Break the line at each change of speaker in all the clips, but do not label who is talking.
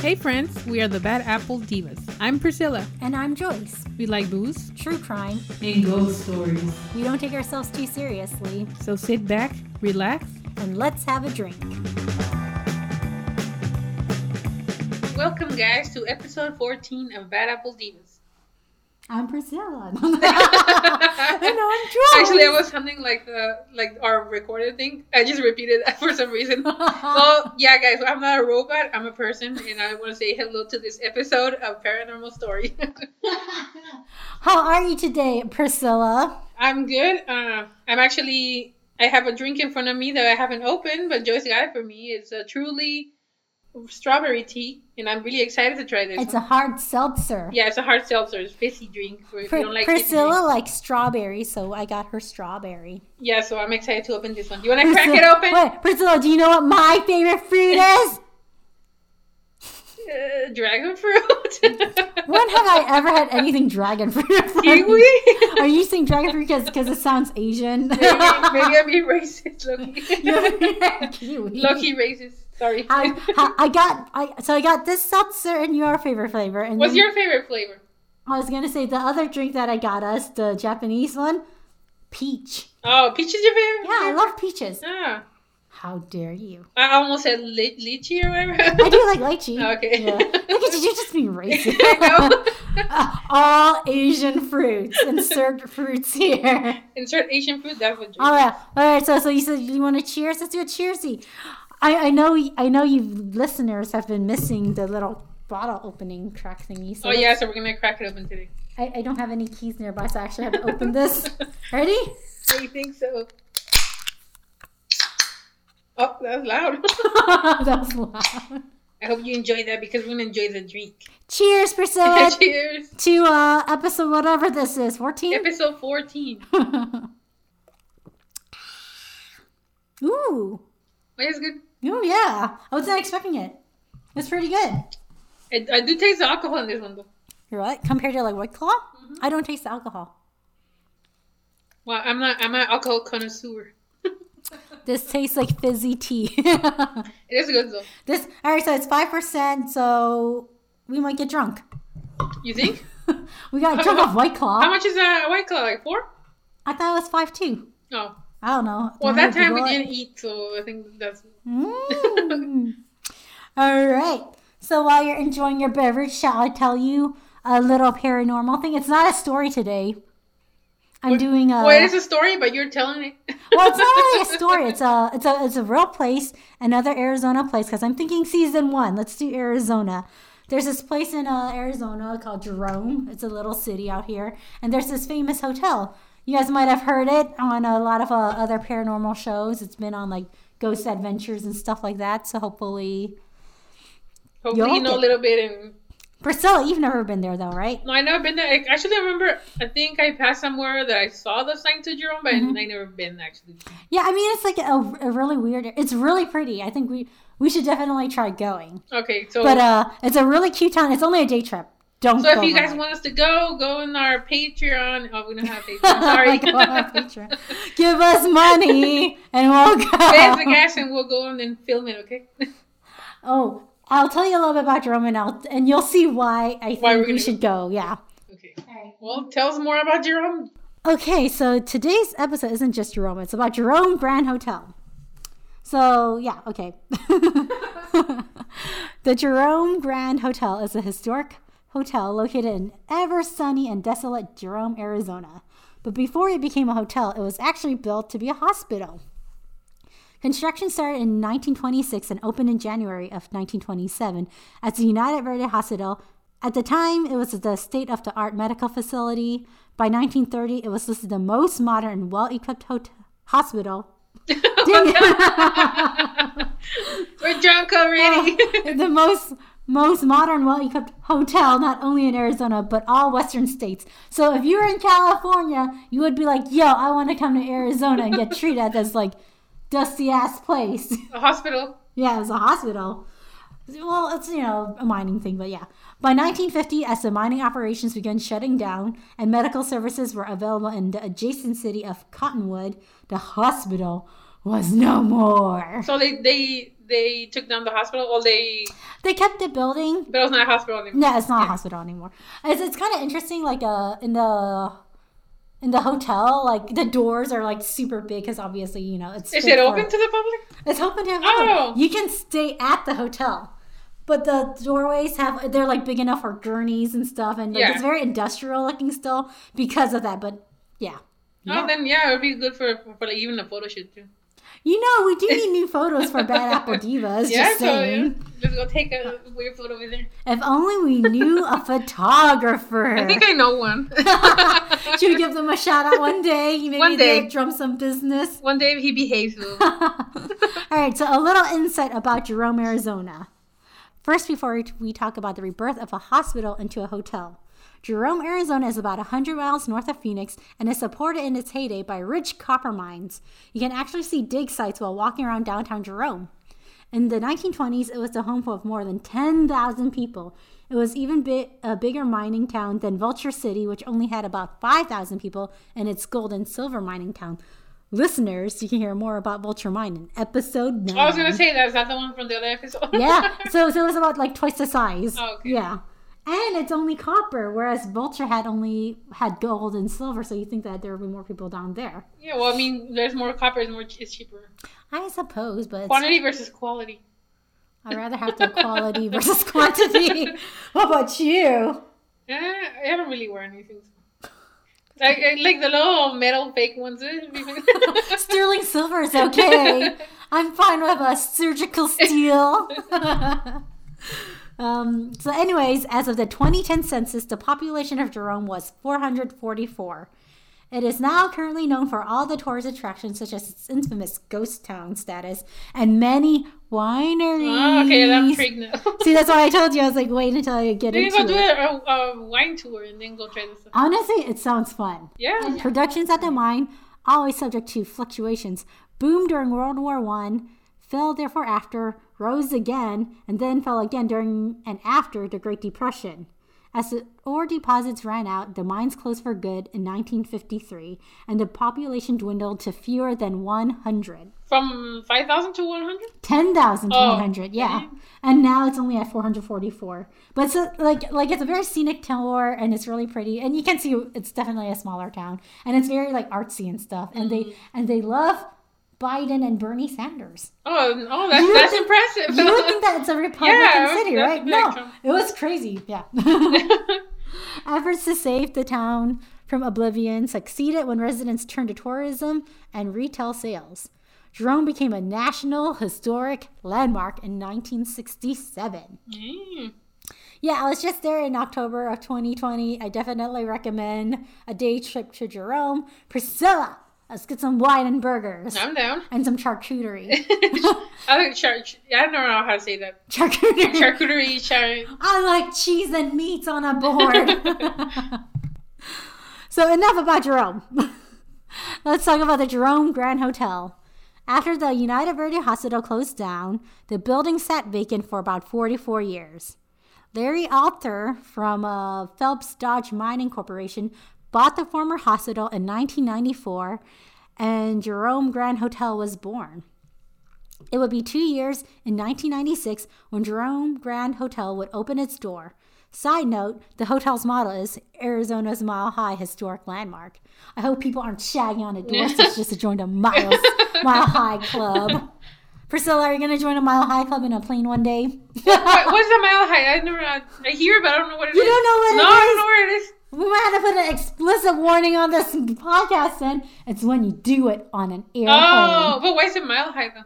Hey friends, we are the Bad Apple Divas. I'm Priscilla.
And I'm Joyce.
We like booze
True crime.
and ghost stories.
We don't take ourselves too seriously.
So sit back, relax.
And let's have a drink.
Welcome, guys, to episode 14 of Bad Apple Divas.
I'm Priscilla. and I'm Joyce.
Actually, I was something like the like our recorded thing. I just repeated that for some reason. well, yeah, guys, I'm not a robot. I'm a person, and I want to say hello to this episode of Paranormal Story.
How are you today, Priscilla?
I'm good. Uh, I'm actually. I have a drink in front of me that I haven't opened, but Joyce got it for me. It's a truly strawberry tea, and I'm really excited to try this.
It's
one.
a hard seltzer.
yeah, it's a hard seltzer. It's fizzy drink. For if
Pri-
you don't like fizzy
Priscilla
drink.
likes strawberry, so I got her strawberry.
Yeah, so I'm excited to open this one. You want to crack
Priscilla,
it open?
Wait, Priscilla, do you know what my favorite fruit is?
Uh, dragon fruit.
when have I ever had anything dragon fruit? from-
Kiwi?
Are you saying dragon fruit because it sounds Asian?
maybe, maybe I'm being racist, Loki.
Kiwi.
Loki racist. Sorry.
I, I- I got I so I got this seltzer and your favorite flavor. And
What's
then
your favorite flavor?
I was gonna say the other drink that I got us the Japanese one, peach.
Oh, peach is your favorite.
Yeah, I love peaches.
Ah,
How dare you?
I almost said li- lychee or
I
whatever.
do like lychee.
Okay.
Yeah. Look at you, you're just being racist.
I know.
Uh, all Asian fruits, insert fruits here.
Insert Asian food. That's what.
All right, all right. So, so you said you want to cheers? Let's do a cheersy. I, I know, I know, you listeners have been missing the little bottle opening crack thingy. So
Oh yeah, so we're gonna crack it open today.
I, I don't have any keys nearby, so I actually have to open this. Ready?
I think so. Oh, that was loud.
that was loud.
I hope you enjoy that because we're gonna enjoy the drink.
Cheers,
Uh,
Priscilla,
Cheers.
to uh, episode whatever this is, 14?
Episode fourteen.
Ooh.
Wait, it's good.
Ooh, yeah. I was not expecting it. It's pretty good.
I, I do taste the alcohol in this one though.
You're right. Compared to like White Claw, I don't taste the alcohol.
Well, I'm not. I'm an alcohol connoisseur.
This tastes like fizzy tea.
It is good though.
this, all right, so it's 5%, so we might get drunk.
You think?
we got drunk off White
How
Claw.
much is a white claw? Like four?
I thought it was 5 too.
No.
I don't know.
Well,
Now I
that
have to
time we
go-
didn't eat, so I think that's.
Mm. All right. So while you're enjoying your beverage, shall I tell you a little paranormal thing? It's not a story today. I'm doing a.
Well, it is a story, but you're telling it.
well, it's not really a story. It's a it's a it's a real place, another Arizona place. Because I'm thinking season one. Let's do Arizona. There's this place in uh, Arizona called Jerome. It's a little city out here, and there's this famous hotel. You guys might have heard it on a lot of uh, other paranormal shows. It's been on like Ghost Adventures and stuff like that. So hopefully,
Hopefully, you
like
know
it.
a little bit and
Priscilla, you've never been there though, right?
No, I never been there. I actually, I remember. I think I passed somewhere that I saw the sign to Jerome, but
Mm-hmm.
I never been actually.
Yeah, I mean it's like a, a really weird. It's really pretty. I think we we should definitely try going.
Okay, so
But uh, it's a really cute town. It's only a day trip. Don't.
so if
go
you guys
overnight.
want us to go, go on our Patreon. Oh, we don't have Patreon.
Go on our
Sorry.
Patreon. give us money and we'll
Pay us the
go.
cash and we'll go on and film it. Okay.
Oh, I'll tell you a little bit about Jerome and I'll, and you'll see why I think
Why we're
we
gonna-
should go. Yeah.
okay. Well, tell us more about Jerome.
Okay, so today's episode isn't just Jerome. It's about Jerome Brand Hotel. So, yeah, okay. the Jerome Grand Hotel is a historic hotel located in ever sunny and desolate Jerome, Arizona. But before it became a hotel, it was actually built to be a hospital. Construction started in 1926 and opened in January of 1927 as the United Verde Hospital. At the time, it was the state of the art medical facility. By 1930, it was listed the most modern and well equipped hot- hospital. Dang it.
We're drunk already.
the most most modern, well equipped hotel, not only in Arizona, but all Western states. So if you were in California, you would be like, yo, I want to come to Arizona and get treated at this like dusty ass place.
the hospital.
Yeah, it was a hospital. Well, it's, you know, a mining thing, but yeah. By 1950, as the mining operations began shutting down and medical services were available in the adjacent city of Cottonwood, the hospital was no more.
So they they they took down the hospital. Well, they
They kept the building
but it was not a hospital anymore.
No, it's not a hospital anymore. It's, it's kind of interesting. Like uh, in the in the hotel, like the doors are like super big because obviously you know it's
Is
big
it
for-
open to the public?
It's open to everyone.
Oh.
You can stay at the hotel, but the doorways have they're like big enough for gurneys and stuff, and like,
Yeah.
it's very industrial looking still because of that. But yeah.
Oh,
Yeah.
then yeah, it would be good for for like even a photo shoot too.
You know, we do need new photos for Bad Apple Divas.
yeah,
just saying.
yeah, just go take a weird photo with her.
If only we knew a photographer.
I think I know one.
Should we give them a shout out one day? Maybe
One day.
they'll drum some business.
one day he behaves. Though.
All right, so a little insight about Jerome, Arizona. First, before we- we talk about the rebirth of a hospital into a hotel, Jerome, Arizona is about 100 miles north of Phoenix and is supported in its heyday by rich copper mines. You can actually see dig sites while walking around downtown Jerome. In the 1920s, it was the home of more than 10,000 people. It was even bi- a bigger mining town than Vulture City, which only had about 5,000 people in its gold and silver mining town. Listeners, you can hear more about Vulture Mine in episode 9.
I was gonna say that's not the one from the other episode.
yeah, so, so it was about like twice the size.
Oh, okay.
Yeah. And it's only copper, whereas Vulture had only had gold and silver, so you think that there would be more people down there.
yeah. Well, I mean, there's more copper, it's more it's cheaper.
I suppose, but it's-
Quantity versus quality.
I'd rather have the quality versus quantity. How about you?
Eh, I haven't really worn anything. Like, I- like the little metal fake ones. eh, it'd be fine.
Sterling silver is okay. I'm fine with a surgical steel. um, so, anyways, as of the 2010 census, the population of Jerome was 444. It is now currently known for all the tourist attractions, such as its infamous ghost town status and many wineries.
oh, okay, I'm intrigued now.
See, that's why I told you. I was like, wait until I get
We
into
can go do
it.
a, a, a wine tour and then go try this stuff.
Honestly, it sounds fun.
Yeah.
Productions at the mine, always subject to fluctuations, boomed during World War One, fell therefore after, rose again, and then fell again during and after the Great Depression. As the ore deposits ran out, the mines closed for good in 1953, and the population dwindled to fewer than 100.
From 5,000 to 100?
10,000 to
Oh,
100, yeah. And now it's only at 444. But so like like it's a very scenic tour and it's really pretty and you can see it's definitely a smaller town and it's very like artsy and stuff and they and they love Biden and Bernie Sanders.
Oh, oh that's,
You would
that's
think-
impressive.
You would think that it's a Republican
Yeah, it was
city, right?
definitely
No,
Trump.
it was crazy. Yeah. Efforts to save the town from oblivion succeeded when residents turned to tourism and retail sales. Jerome became a national historic landmark in 1967.
Mm.
Yeah, I was just there in October of 2020. I definitely recommend a day trip to Jerome. Priscilla, let's get some wine and burgers
I'm down.
and some charcuterie.
I like char- I don't know how to say that.
charcuterie.
Charcuterie, char-
I like cheese and meats on a board. so, enough about Jerome. Let's talk about the Jerome Grand Hotel. After the United Verde Hospital closed down, the building sat vacant for about 44 years. Larry Alter from uh, Phelps Dodge Mining Corporation bought the former hospital in 1994, and Jerome Grand Hotel was born. It would be two years in 1996 when Jerome Grand Hotel would open its door. Side note, the hotel's motto is Arizona's Mile High Historic Landmark. I hope people aren't shagging on a doorstep just to join a miles, mile high club. Priscilla, are you going to join a mile high club in a plane one day?
What, what's the mile high? I never. I, I hear, it, but I don't know what it is.
You don't know what it
no, I
is?
don't know where it is.
We might have to put an explicit warning on this podcast then. It's when you do it on an airplane.
Oh, but why is it mile high though?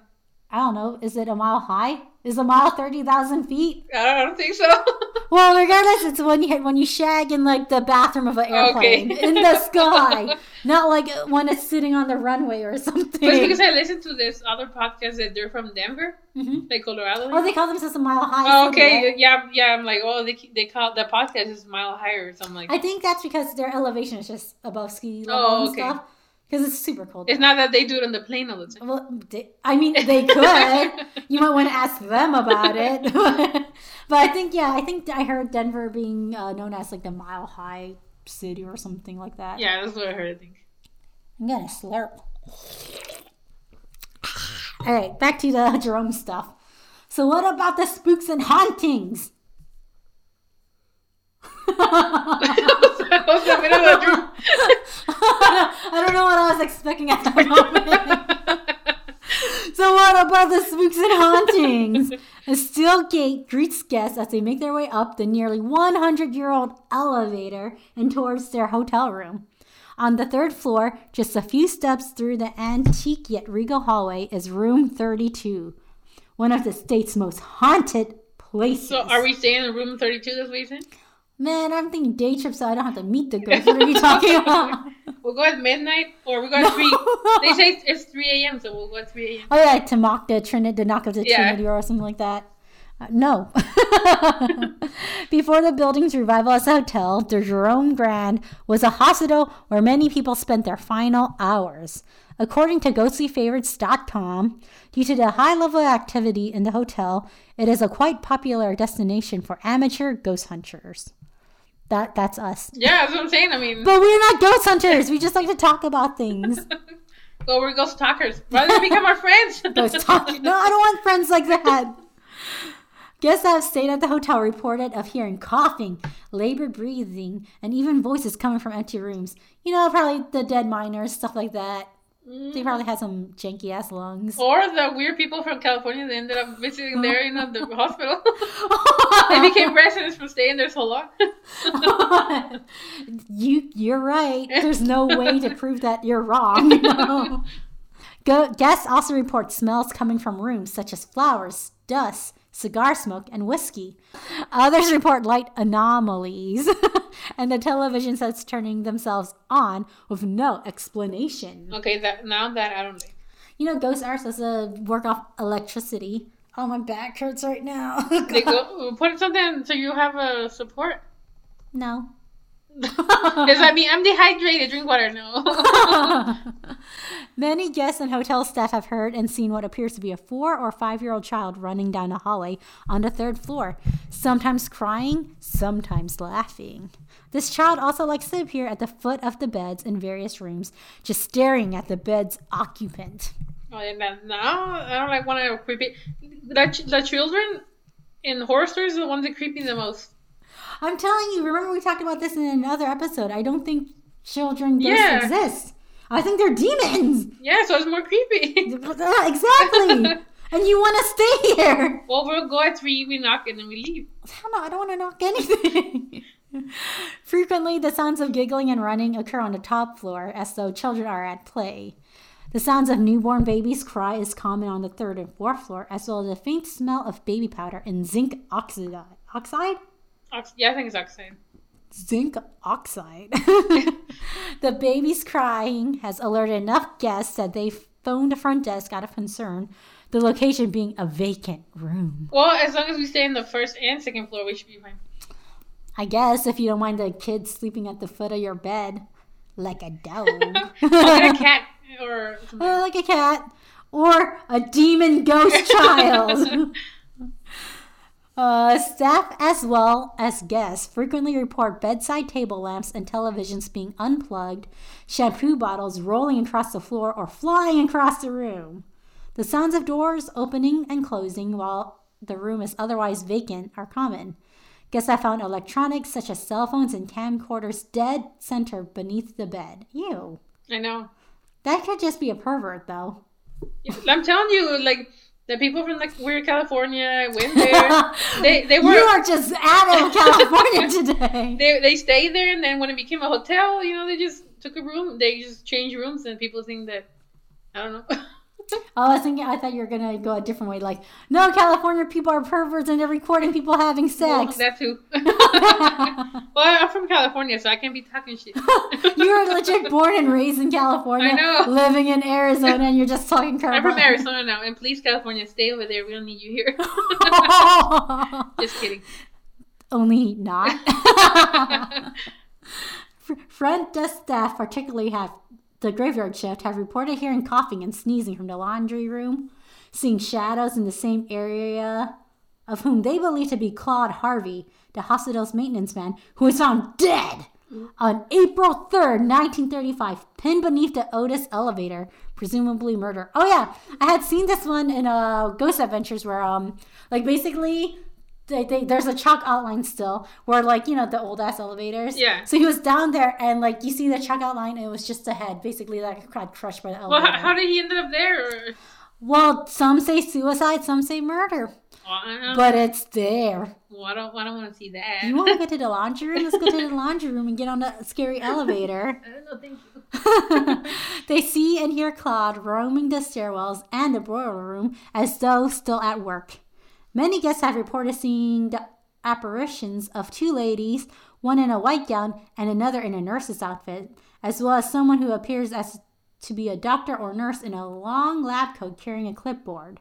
I don't know. Is it a mile high? Is a mile 30,000 feet?
I don't, I don't think so.
Well, regardless, it's when you when you shag in like the bathroom of an airplane
Okay.
in the sky, not like when it's sitting on the runway or
But it's because
something.
I listened to this other podcast that they're from Denver,
Mhm.
like Colorado.
Oh, they call themselves a mile high.
Oh,
city,
okay,
right?
yeah, yeah. I'm like, oh, they they call the podcast is mile higher, so I'm like,
I think that's because their elevation is just above ski level
Oh,
and
okay.
stuff. Because it's super cold.
it's not that they do it on the plane all the time.
Well, they, I mean, they could. you might want to ask them about it. but I think, yeah, I think I heard Denver being uh, known as like the mile high city or something like that.
Yeah, that's what I heard. I think.
I'm gonna slurp. All right, back to the Jerome stuff. So, what about the spooks and hauntings?
I was in the middle of a dream.
I don't know what I was expecting at that moment. so, what about the spooks and hauntings? A steel gate greets guests as they make their way up the nearly 100 year old elevator and towards their hotel room. On the third floor, just a few steps through the antique yet regal hallway, is room 32, one of the state's most haunted places.
So are we staying in room 32 this weekend?
Man, I'm thinking day trip, so I don't have to meet the girls. What are you talking about?
We'll go at midnight or we go at 3. They say it's 3 a.m., so we'll go at 3 a.m.
Oh yeah, to mock the Trinity, the knock of the
Yeah.
Trinity, or something like that. Uh, no. Before the building's revival as a hotel, the Jerome Grand was a hospital where many people spent their final hours. According to ghostlyfavorites.com, due to the high level of activity in the hotel, it is a quite popular destination for amateur ghost hunters. That that's us.
Yeah, that's what I'm saying. I mean,
But we're not ghost hunters. We just like to talk about things.
go, we're ghost talkers. Why don't they become our friends?
Those talking. No, I don't want friends like that. Guests that have stayed at the hotel reported of hearing coughing, labored breathing, and even voices coming from empty rooms. You know, probably the dead miners, stuff like that. They probably had some janky ass lungs.
Or the weird people from California that ended up visiting there, you know, the hospital. they became residents from staying there so long.
you you're right. There's no way to prove that you're wrong. No. Go, guests also report smells coming from rooms such as flowers, dust, cigar smoke, and whiskey. Others report light anomalies, and the television sets turning themselves on with no explanation.
okay, that now that I don't think.
You know, ghosts are supposed to work off electricity. Oh, my back hurts right now.
They go put something so you have a support.
no.
Does that mean I'm dehydrated? Drink water. No.
Many guests and hotel staff have heard and seen what appears to be a four or five year old child running down a hallway on the third floor, sometimes crying, sometimes laughing. This child also likes to appear at the foot of the beds in various rooms, just staring at the bed's occupant.
Oh, and then now I don't like one of the creepy. The, ch- the children in horror stories are the ones that creepy the most.
I'm telling you, remember we talked about this in another episode. I don't think children ghosts
Yeah.
exist. I think they're demons.
Yeah, so it's more creepy.
exactly. and you want to stay here.
well, we'll go at three, we knock, and then we leave.
Hell no, I don't want to knock anything. Frequently, the sounds of giggling and running occur on the top floor as though children are at play. The sounds of newborn babies cry is common on the third and fourth floor, as well as the faint smell of baby powder and zinc oxide. Oxide?
Ox- yeah, I think it's oxide.
Zinc oxide. the baby's crying has alerted enough guests that they phoned the front desk out of concern, the location being a vacant room.
Well, as long as we stay in the first and second floor, we should be fine.
I guess if you don't mind the kids sleeping at the foot of your bed, like a dog,
I'll
or
get a cat or something.
like a cat, or a demon ghost child. Uh, staff as well as guests frequently report bedside table lamps and televisions being unplugged, shampoo bottles rolling across the floor or flying across the room. The sounds of doors opening and closing while the room is otherwise vacant are common. Guess I found electronics such as cell phones and camcorders dead center beneath the bed. Ew.
I know.
That could just be a pervert, though.
Yeah, I'm telling you, like the people from like weird California went there. they they
you
were
are just out of California today.
they they stayed there, and then when it became a hotel, you know, they just took a room. They just changed rooms, and people think that I don't know.
Oh, I was thinking, I thought you were gonna go a different way. Like, no, California people are perverts and they're recording people having
Well,
sex.
that too. well, I'm from California, so I can't be talking shit.
you were legit born and raised in California,
I know.
living in Arizona, and you're just talking crap.
I'm from Arizona now, and please, California, stay over there. We don't need you here.
Arizona.
just kidding.
Only not. Fr- Front desk staff, particularly have the graveyard shift, have reported hearing coughing and sneezing from the laundry room, seeing shadows in the same area, of whom they believe to be Claude Harvey, the hospital's maintenance man, who was found dead On April 3rd, 1935, pinned beneath the Otis elevator, presumably murder. Oh yeah, I had seen this one in uh, Ghost Adventures where um like basically they, they, there's a chalk outline still where like you know the old ass elevators.
Yeah.
So he was down there and like you see the chalk outline and it was just a head basically like got crushed by the
Well,
elevator.
how, how did he end up there? Or,
well, some say suicide, some say murder,
Well, I don't,
but it's there.
well, I don't, I don't want to see that.
You want to go to the laundry room? Let's go to the laundry room and get on that scary elevator.
I don't know, thank you.
they see and hear Claude roaming the stairwells and the boiler room as though still at work. Many guests have reported seeing the apparitions of two ladies, one in a white gown and another in a nurse's outfit, as well as someone who appears as to be a doctor or nurse in a long lab coat carrying a clipboard,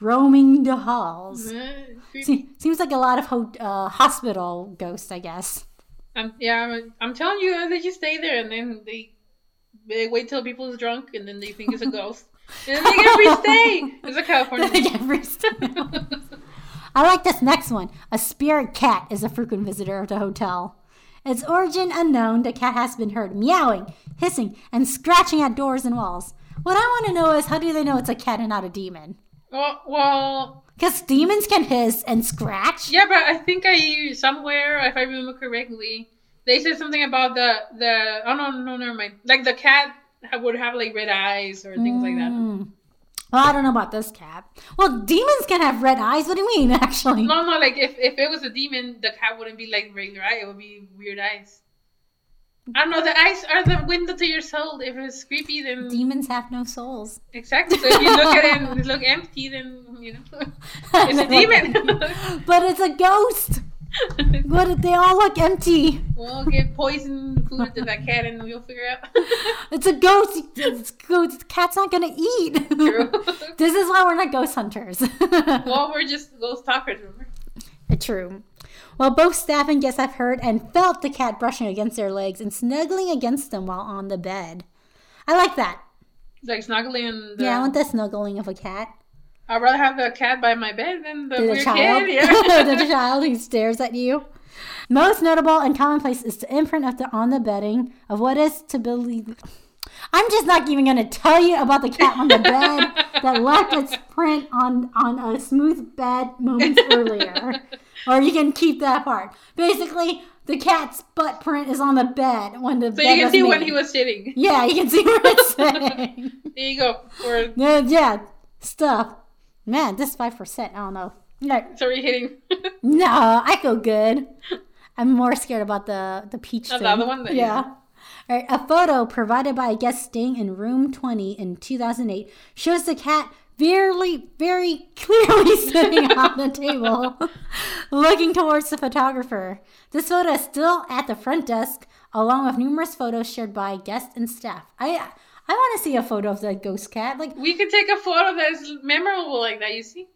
roaming the halls.
Uh, creepy.
Se- seems like a lot of ho- uh, hospital ghosts, I guess.
I'm, yeah, I'm, I'm telling you, they just stay there and then they they wait till people's drunk and then they think it's a ghost. and then they get free stay. It's a California. thing.
Every single- I like this next one. A spirit cat is a frequent visitor of the hotel. Its origin unknown, the cat has been heard meowing, hissing, and scratching at doors and walls. What I want to know is how do they know it's a cat and not a demon?
Well, well,
Because demons can hiss and scratch.
yeah, but I think I somewhere, if I remember correctly, they said something about the the. Oh no, no, never mind. Like the cat ha- would have like red eyes or things like that.
Mm. Well, I don't know about this cat. Well, demons can have red eyes. What do you mean, actually?
No, no, like if, if it was a demon, the cat wouldn't be like regular eye. It would be weird eyes. I don't know. The eyes are the window to your soul. If it's creepy, then
Demons have no souls.
Exactly. So if you look at it and it look empty, then you know it's a demon.
but it's a ghost. What if they all look empty?
we'll give poison food to that cat and we'll figure out.
It's a ghost. It's ghost. The cat's not gonna eat.
True.
this is why we're not ghost hunters.
well, we're just ghost talkers, remember?
True. Well, both staff and guests have heard and felt the cat brushing against their legs and snuggling against them while on the bed. I like that.
Like snuggling. And the,
Yeah, I want the snuggling of a cat.
I'd rather have the cat by my bed than the
To the
weird
child.
kid. Yeah.
to the child who stares at you. Most notable and commonplace is the imprint of the on the bedding of what is to believe. I'm just not even going to tell you about the cat on the bed that left its print on on a smooth bed moments earlier. Or you can keep that part. Basically, the cat's butt print is on the bed when the
So
bed
you can
was
see
made.
when he was sitting.
Yeah, you can see where it's sitting.
There you go. Or
yeah, yeah, stuff. Man, this five percent. I don't know. Like,
it's already hitting.
no, I feel good. I'm more scared about the the peach
Oh,
thing.
the other one?
yeah. All right, a photo provided by a guest staying in room 20 in 2008 shows the cat very, very clearly sitting on the table, looking towards the photographer. This photo is still at the front desk, along with numerous photos shared by guests and staff. I I want to see a photo of the ghost cat. Like,
we could take a photo that's memorable like that, you see?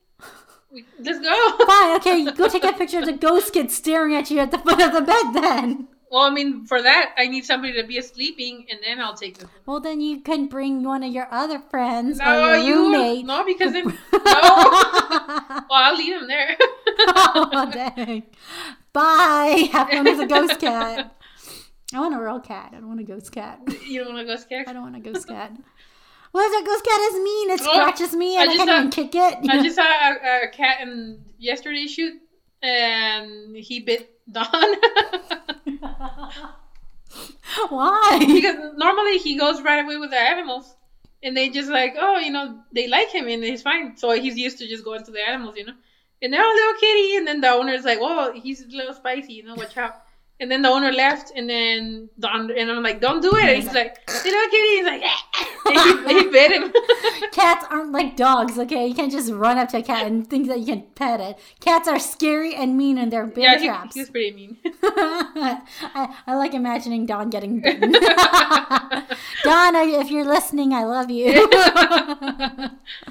We- Let's go.
fine, okay, go take a picture of the ghost kid staring at you at the foot of the bed then.
Well, I mean, for that, I need somebody to be sleeping, and then I'll take the
Well, then you can bring one of your other friends
No,
or your
you
roommate.
no, because then no. well, I'll leave him there.
oh, dang. Bye. Have fun with a ghost cat. I want a real cat. I don't want a ghost cat.
You don't want to go scared.
I don't want a ghost cat. What if that ghost cat is mean? It
Oh,
scratches me
I
and I,
just
can't even kick it.
I just saw a, a cat in yesterday's shoot, and he bit Don
Why?
because normally he goes right away with the animals, and they just like, oh, you know, they like him and he's fine, so he's used to just going to the animals, you know. And now little kitty, and then the owner's like, oh, he's a little spicy, you know, watch out. And then the owner left, and then Don and I'm like, don't do it. And he's like, little kitty, he's like, and he, he bit him.
Cats aren't like dogs, okay? You can't just run up to a cat and think that you can pet it. Cats are scary and mean and they're bear
yeah, he-
traps.
he's pretty mean.
I, I like imagining Don getting bitten. Don, I- if you're listening, I love you.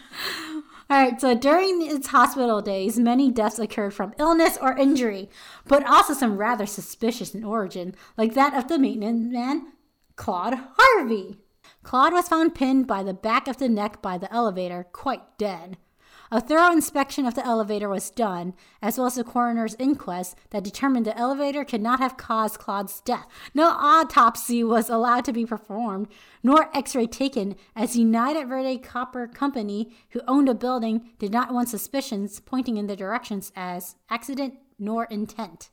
All right, so during its hospital days, many deaths occurred from illness or injury, but also some rather suspicious in origin, like that of the maintenance man, Claude Harvey. Claude was found pinned by the back of the neck by the elevator, quite dead. A thorough inspection of the elevator was done, as well as a coroner's inquest that determined the elevator could not have caused Claude's death. No autopsy was allowed to be performed, nor x ray taken, as United Verde Copper Company, who owned the building, did not want suspicions pointing in the directions as accident nor intent.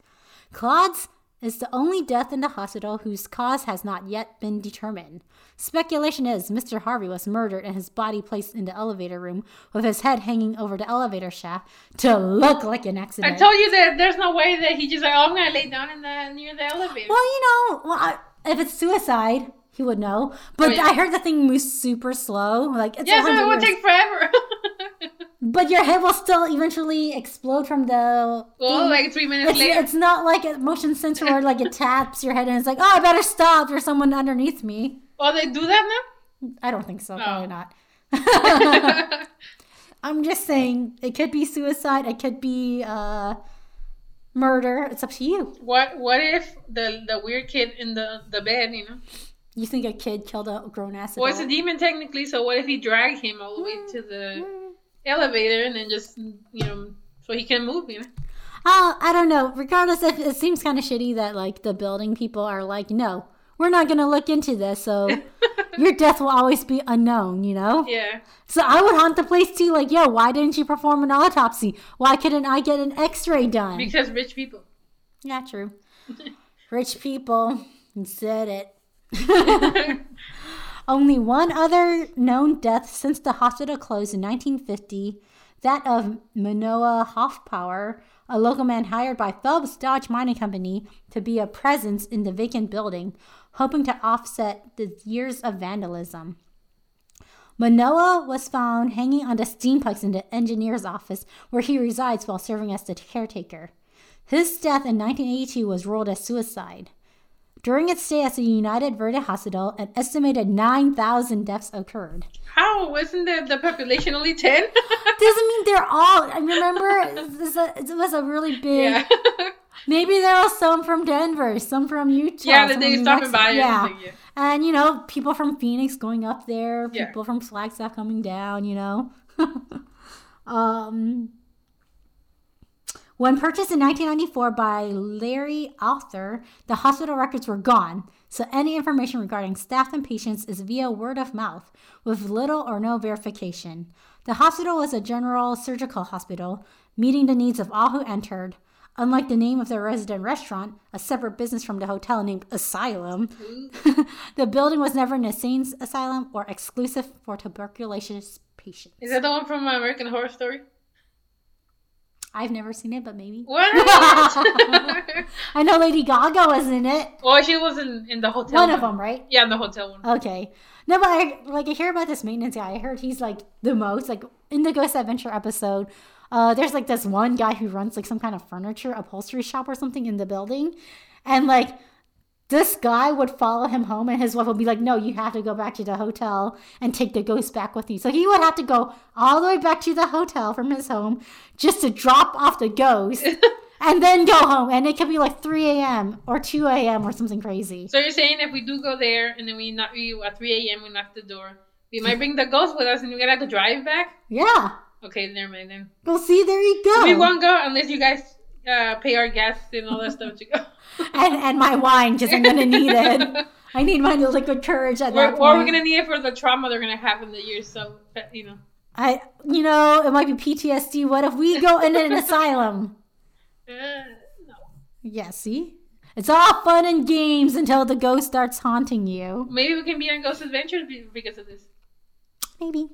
Claude's is the only death in the hospital whose cause has not yet been determined. Speculation is Mr. Harvey was murdered and his body placed in the elevator room with his head hanging over the elevator shaft to look like an
I
accident.
told you that there's no way that he just like, oh, I'm gonna lay down in the near the elevator.
well, you know, well, I, if it's suicide, he would know. But
Oh, yeah.
I heard the thing moves super slow. Like it's
yeah, so
100
it would
years.
take forever.
But your head will still eventually explode from the.
well,
thing.
like three minutes
it's,
later.
it's not like a motion sensor where like it taps your head and it's like, oh, I better stop. There's someone underneath me.
Oh, they do that
I don't think so.
No.
Probably not.
now.
I'm just saying it could be suicide. It could be uh, murder. It's up to you.
what What if the the weird kid in the the bed, you know?
You think a kid killed a grown ass
Well, it's a
adult?
demon technically, so what if he dragged him all the way to the elevator and then just you know so he can move, you know?
Uh, I don't know. Regardless, it, it seems kind of shitty that like the building people are like, no, we're not gonna look into this. So your death will always be unknown. You know.
Yeah.
So I would haunt the place too. Like, yo, why didn't you perform an autopsy? Why couldn't I get an X-ray done?
Because rich people.
yeah, true. Rich people said it. Only one other known death since the hospital closed in 1950, that of Manoa Hoffpower, a local man hired by Phelps Dodge Mining Company to be a presence in the vacant building, hoping to offset the years of vandalism. Manoa was found hanging on the steam pipes in the engineer's office where he resides while serving as the caretaker. His death in 1982 was ruled as suicide. During its stay at the United Verde Hospital, an estimated 9,000 deaths occurred.
How wasn't the the population only ten?
Doesn't mean they're all. I remember this is a- it was a really big.
yeah.
Maybe there are some from Denver, some from Utah.
yeah, that
some
they
from New
stopping
Mexico.
by.
Yeah.
Yeah. yeah.
And, you know, people from Phoenix going up there,
Yeah.
people from Flagstaff coming down, you know. um, when purchased in 1994 by Larry Author, the hospital records were gone, so any information regarding staff and patients is via word of mouth, with little or no verification. The hospital was a general surgical hospital, meeting the needs of all who entered. Unlike the name of their resident restaurant, a separate business from the hotel named Asylum, the building was never an insane asylum or exclusive for tuberculosis patients.
Is that the one from American Horror Story?
I've never seen it, but maybe.
What?
I know Lady Gaga was in it.
well, Oh, she was in, in the hotel.
One of them, right?
Yeah, in the hotel one.
Okay. No, but I like I hear about this maintenance guy. I heard he's like the most like in the Ghost Adventure episode. Uh, there's like this one guy who runs like some kind of furniture upholstery shop or something in the building, and like this guy would follow him home, and his wife would be like, "No, you have to go back to the hotel and take the ghost back with you." So he would have to go all the way back to the hotel from his home just to drop off the ghost. And then go home, and it could be like 3 a.m. or 2 a.m. or something crazy.
So you're saying if we do go there and then we knock we at 3 a.m. we knock the door, we might bring the ghost with us and we gotta go drive back.
Yeah.
Okay, never mind then.
Well, see, there you go.
We won't go unless you guys uh, pay our gas and all that stuff to go.
and and my wine because I'm gonna need it. I need my liquid courage at
Or,
that
or
point.
we're gonna need it for the trauma they're gonna have in the years. So but, you know,
I, you know, it might be PTSD. What if we go in an asylum?
uh, no.
Yeah, see, it's all fun and games until the ghost starts haunting you.
maybe we can be on Ghost Adventures be- because of this.
Maybe.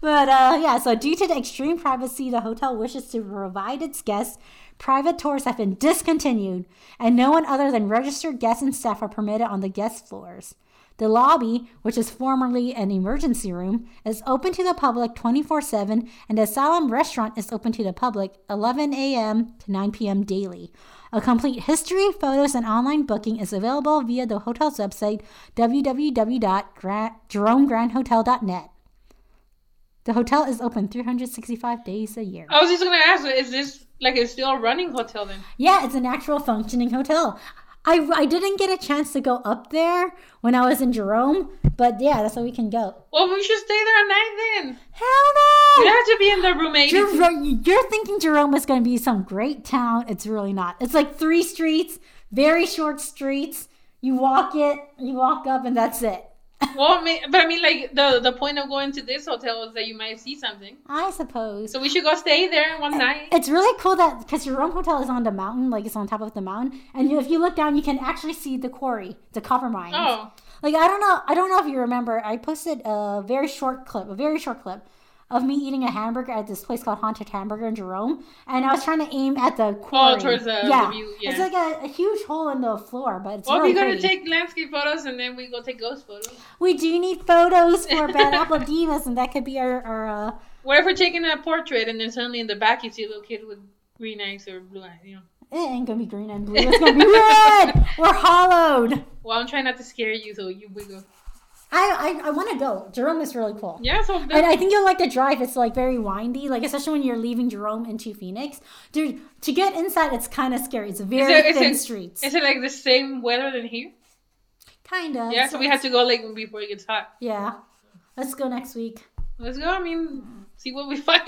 But uh, yeah, so due to the extreme privacy the hotel wishes to provide its guests, private tours have been discontinued, and no one other than registered guests and staff are permitted on the guest floors. The lobby, which is formerly an emergency room, is open to the public 24 7, and the asylum restaurant is open to the public 11 a.m. to 9 p.m. daily. A complete history, photos, and online booking is available via the hotel's website, www.jeromegrandhotel.net. The hotel is open 365 days a year.
I was just gonna ask, is this like it's still a running hotel then?
Yeah, it's an actual functioning hotel. I, I didn't get a chance to go up there when I was in Jerome, but yeah, that's where we can go.
Well, we should stay there a night then.
Hell no!
We have to be in the another roommate.
Jerome, you're thinking Jerome is going to be some great town. It's really not. It's like three streets, very short streets. You walk it, you walk up, and that's it.
well, ma- but I mean, like the the point of going to this hotel is that you might see something.
I suppose.
So we should go stay there one night.
It's really cool that because Jerome Hotel is on the mountain, like it's on top of the mountain, and you, if you look down, you can actually see the quarry, the copper mines.
Oh,
Like I don't know, I don't know if you remember, I posted a very short clip, a very short clip of me eating a hamburger at this place called Haunted Hamburger in Jerome, and I was trying to aim at the quarry.
Oh, towards the- the view, yeah.
It's like a, a huge hole in the floor, but it's
well,
really
we're gonna
pretty.
take landscape photos and then we go take ghost photos.
We do need photos for Bad Apple Divas, and that could be our, our uh,
What if we're taking a portrait and then suddenly in the back you see a little kid with green eyes or blue eyes? You know.
it ain't gonna be green and blue. It's gonna be red. We're hollowed.
Well, I'm trying not to scare you, so you wiggle.
I I, I want to go. Jerome is really cool.
Yeah, so
And
the,
I think you'll like the drive. It's like very windy, like especially when you're leaving Jerome into Phoenix. Dude, to get inside, it's kind of scary. It's very
it- is
thin
it-
streets.
is it like the same weather than here?
kind of.
Yeah, so we have to go like before it gets hot.
Yeah. Let's go next week.
Let's go. I mean, see what we find.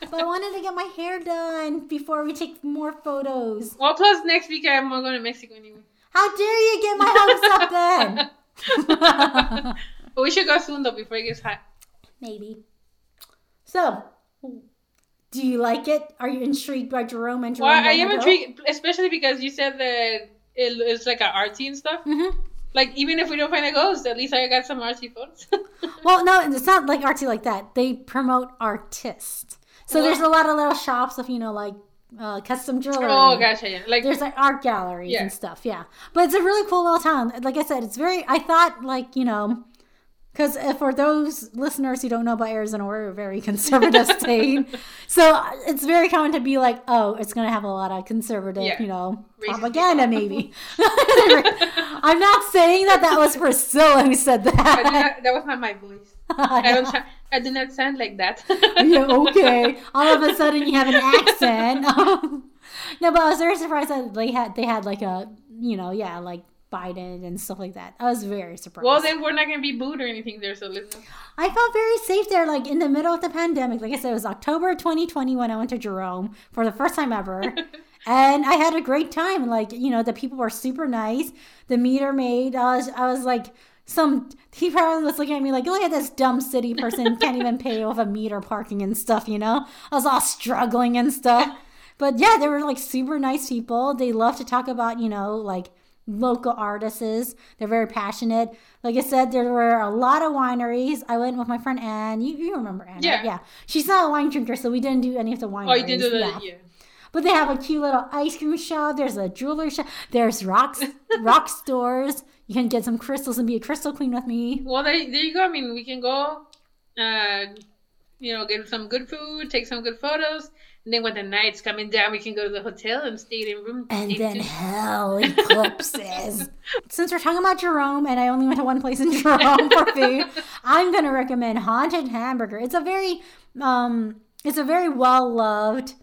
But I wanted to get my hair done before we take more photos.
well, plus next week I'm going to Mexico anyway.
How dare you get my hopes up then?
But we should go soon though before it gets hot.
Maybe. So, do you like it? Are you intrigued by Jerome and Jerome?
Well, I am intrigued, especially because you said that it, it's like an artsy and stuff.
hmm
Like even if we don't find a ghost, at least I got some artsy photos.
Well, no, it's not like artsy like that. They promote artists. So
Well-
there's a lot of little shops of you know like uh, custom jewelry.
oh gosh, yeah, like
There's like art galleries
Yeah.
and stuff. Yeah, but it's a really cool little town. Like I said, it's very. I thought like you know. Because for those listeners who don't know about Arizona, we're a very conservative state. So uh, it's very common to be like, oh, it's going to have a lot of conservative,
Yeah.
you know,
Racist
propaganda,
people.
maybe. I'm not saying that that was Priscilla who said
I do
that.
not, that was not my voice. I don't. sa- I do not sound like that.
yeah, okay. All of a sudden, you have an accent. no, but I was very surprised that they had they had like a you know yeah like Biden and stuff like that. I was very surprised.
Well, then we're not gonna be booed or anything there. So listen.
I felt very safe there, like in the middle of the pandemic. Like I said, it was October 2020 when I went to Jerome for the first time ever. and I had a great time. Like, you know, the people were super nice. The meter maid, I was, I was like, some, he probably was looking at me like, look at this dumb city person, can't even pay off a meter parking and stuff, you know? I was all struggling and stuff. But yeah, they were like super nice people. They love to talk about, you know, like local artists. They're very passionate. Like I said, there were a lot of wineries. I went with my friend Anne. You, you remember Anne? right?
Yeah.
Yeah. She's not a wine drinker, so we didn't do any of the wineries.
Oh, you did do the
Yeah.
yeah.
But they have a cute little ice cream shop. There's a jewelry shop. There's rocks, rock stores. You can get some crystals and be a crystal queen with me.
Well, there, there you go. I mean, we can go. Uh, you know, get some good food, take some good photos, and then when the night's coming down, we can go to the hotel and stay in room.
And
82.
then hell eclipses. Since we're talking about Jerome, and I only went to one place in Jerome for food, I'm going to recommend Haunted Hamburger. It's a very, um, it's a very well loved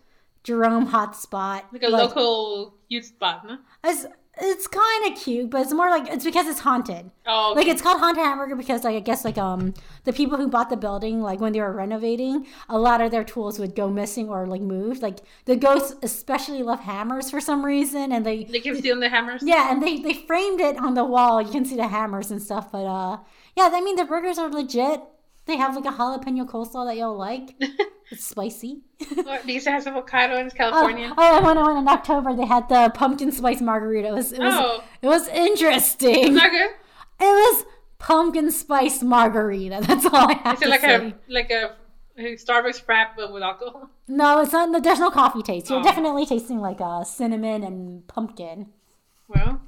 Jerome hotspot.
like a local youth spot, no?
It's, it's kind of cute, but it's more like it's because it's haunted.
Oh,
Like it's called Haunted Hamburger because like I guess like um the people who bought the building like when they were renovating a lot of their tools would go missing or like moved like the ghosts especially love hammers for some reason and they
they keep stealing the hammers.
yeah, and they they framed it on the wall. You can see the hammers and stuff, but uh, yeah, I mean the burgers are legit. They have like a jalapeno coleslaw that you'll like. It's spicy.
Because it has avocado and it's
Oh,
California.
oh, I went, I went in October. They had the pumpkin spice margarita. It was it was,
Oh.
it was interesting.
It's
It
not good.
was pumpkin spice margarita. That's all I have
Is it
to
like
say.
a like a Starbucks frap but with alcohol?
No, it's not. no, There's no coffee taste. You're
Oh.
definitely tasting like uh, cinnamon and pumpkin.
Well,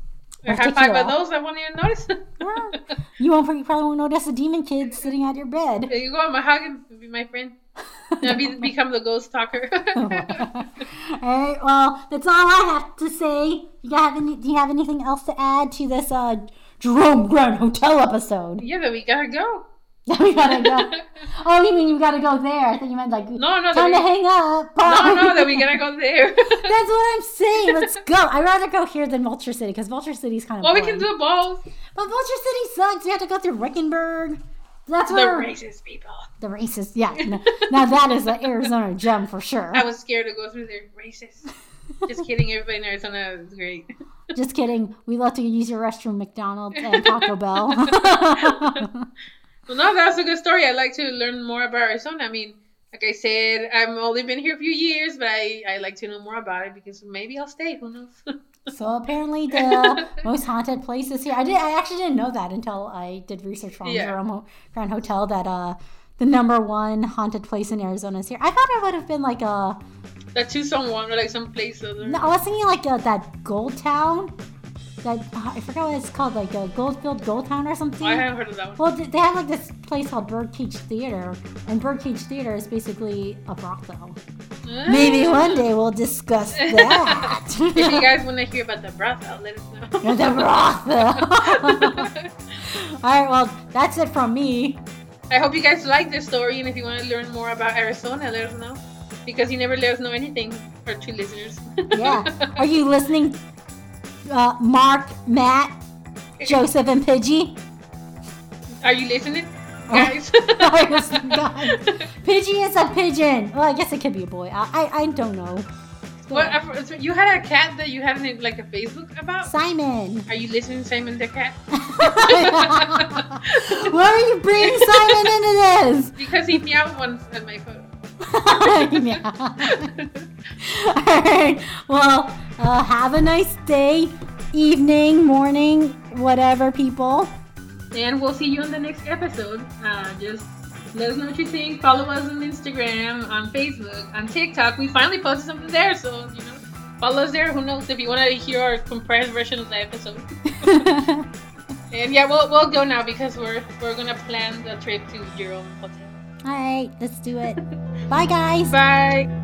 I
Or
had five of
tequila.
those. I won't even notice.
Yeah. you won't. You probably won't notice a demon kid sitting at your bed.
there you go. Mahogany would be my friend. And I'll be, become the ghost talker.
all right. Well, that's all I have to say. You got have any? Do you have anything else to add to this uh, Jerome Grand Hotel episode?
yeah, then we gotta go.
we gotta go. Oh, you mean you gotta go there? I thought you meant like
No, no, that
time
we,
to hang up.
no,
Bye.
no, that we gotta go there.
That's what I'm saying. Let's go. I'd rather go here than Vulture City because Vulture City's kind of
well, we
boring.
can do both.
But Vulture City sucks. We have to go through Rickenberg. That's
The
where
racist people.
the racist. Yeah, no, now that is an Arizona gem for sure.
I was scared to go through there. Racist. Just kidding. Everybody in Arizona is great.
Just kidding. We let you use your restroom, McDonald's and Taco Bell.
Well, no, that was a good story. I'd like to learn more about Arizona. I mean, like I said, I've only been here a few years, but I, I like to know more about it because maybe I'll stay. Who knows?
so apparently, the most haunted places here. I did. I actually didn't know that until I did research from
Yeah.
Jerome Ho- Grand Hotel that uh, the number one haunted place in Arizona is here. I thought it would have been like a.
that Tucson one or like some place other.
No, I was thinking like uh that Gold Town. That uh, I forgot what it's called, like a Goldfield Gold Town or something.
Oh, I haven't heard of that one.
Well, th- they have like this place called Birdcage Theater, and Birdcage Theater is basically a brothel. Maybe one day we'll discuss that.
If you guys want to hear about the brothel, let us know.
the brothel. All right, well, that's it from me.
I hope you guys like this story, and if you want to learn more about Arizona, let us know. Because you never let us know anything, our two listeners.
Yeah. Are you listening, uh, Mark, Matt, Joseph, and Pidgey?
Are you listening,
Oh.
guys?
God. Pidgey is a pigeon. Well, I guess it could be a boy. I, I, I don't know.
What? I for- so You had a cat that you had in, like a Facebook about.
Simon.
Are you listening, Simon the cat?
Why are you bringing Simon into this?
Because he meowed once at my photo.
yeah. All right. Well, uh, have a nice day, evening, morning, whatever, people.
And we'll see you on the next episode. Uh, just let us know what you think. Follow us on Instagram, on Facebook, on TikTok. We finally posted something there, so you know, follow us there. Who knows if you want to hear our compressed version of the episode. And yeah, we'll, we'll go now because we're we're gonna plan the trip to your own hotel.
All right. Let's do it. Bye, guys.
Bye.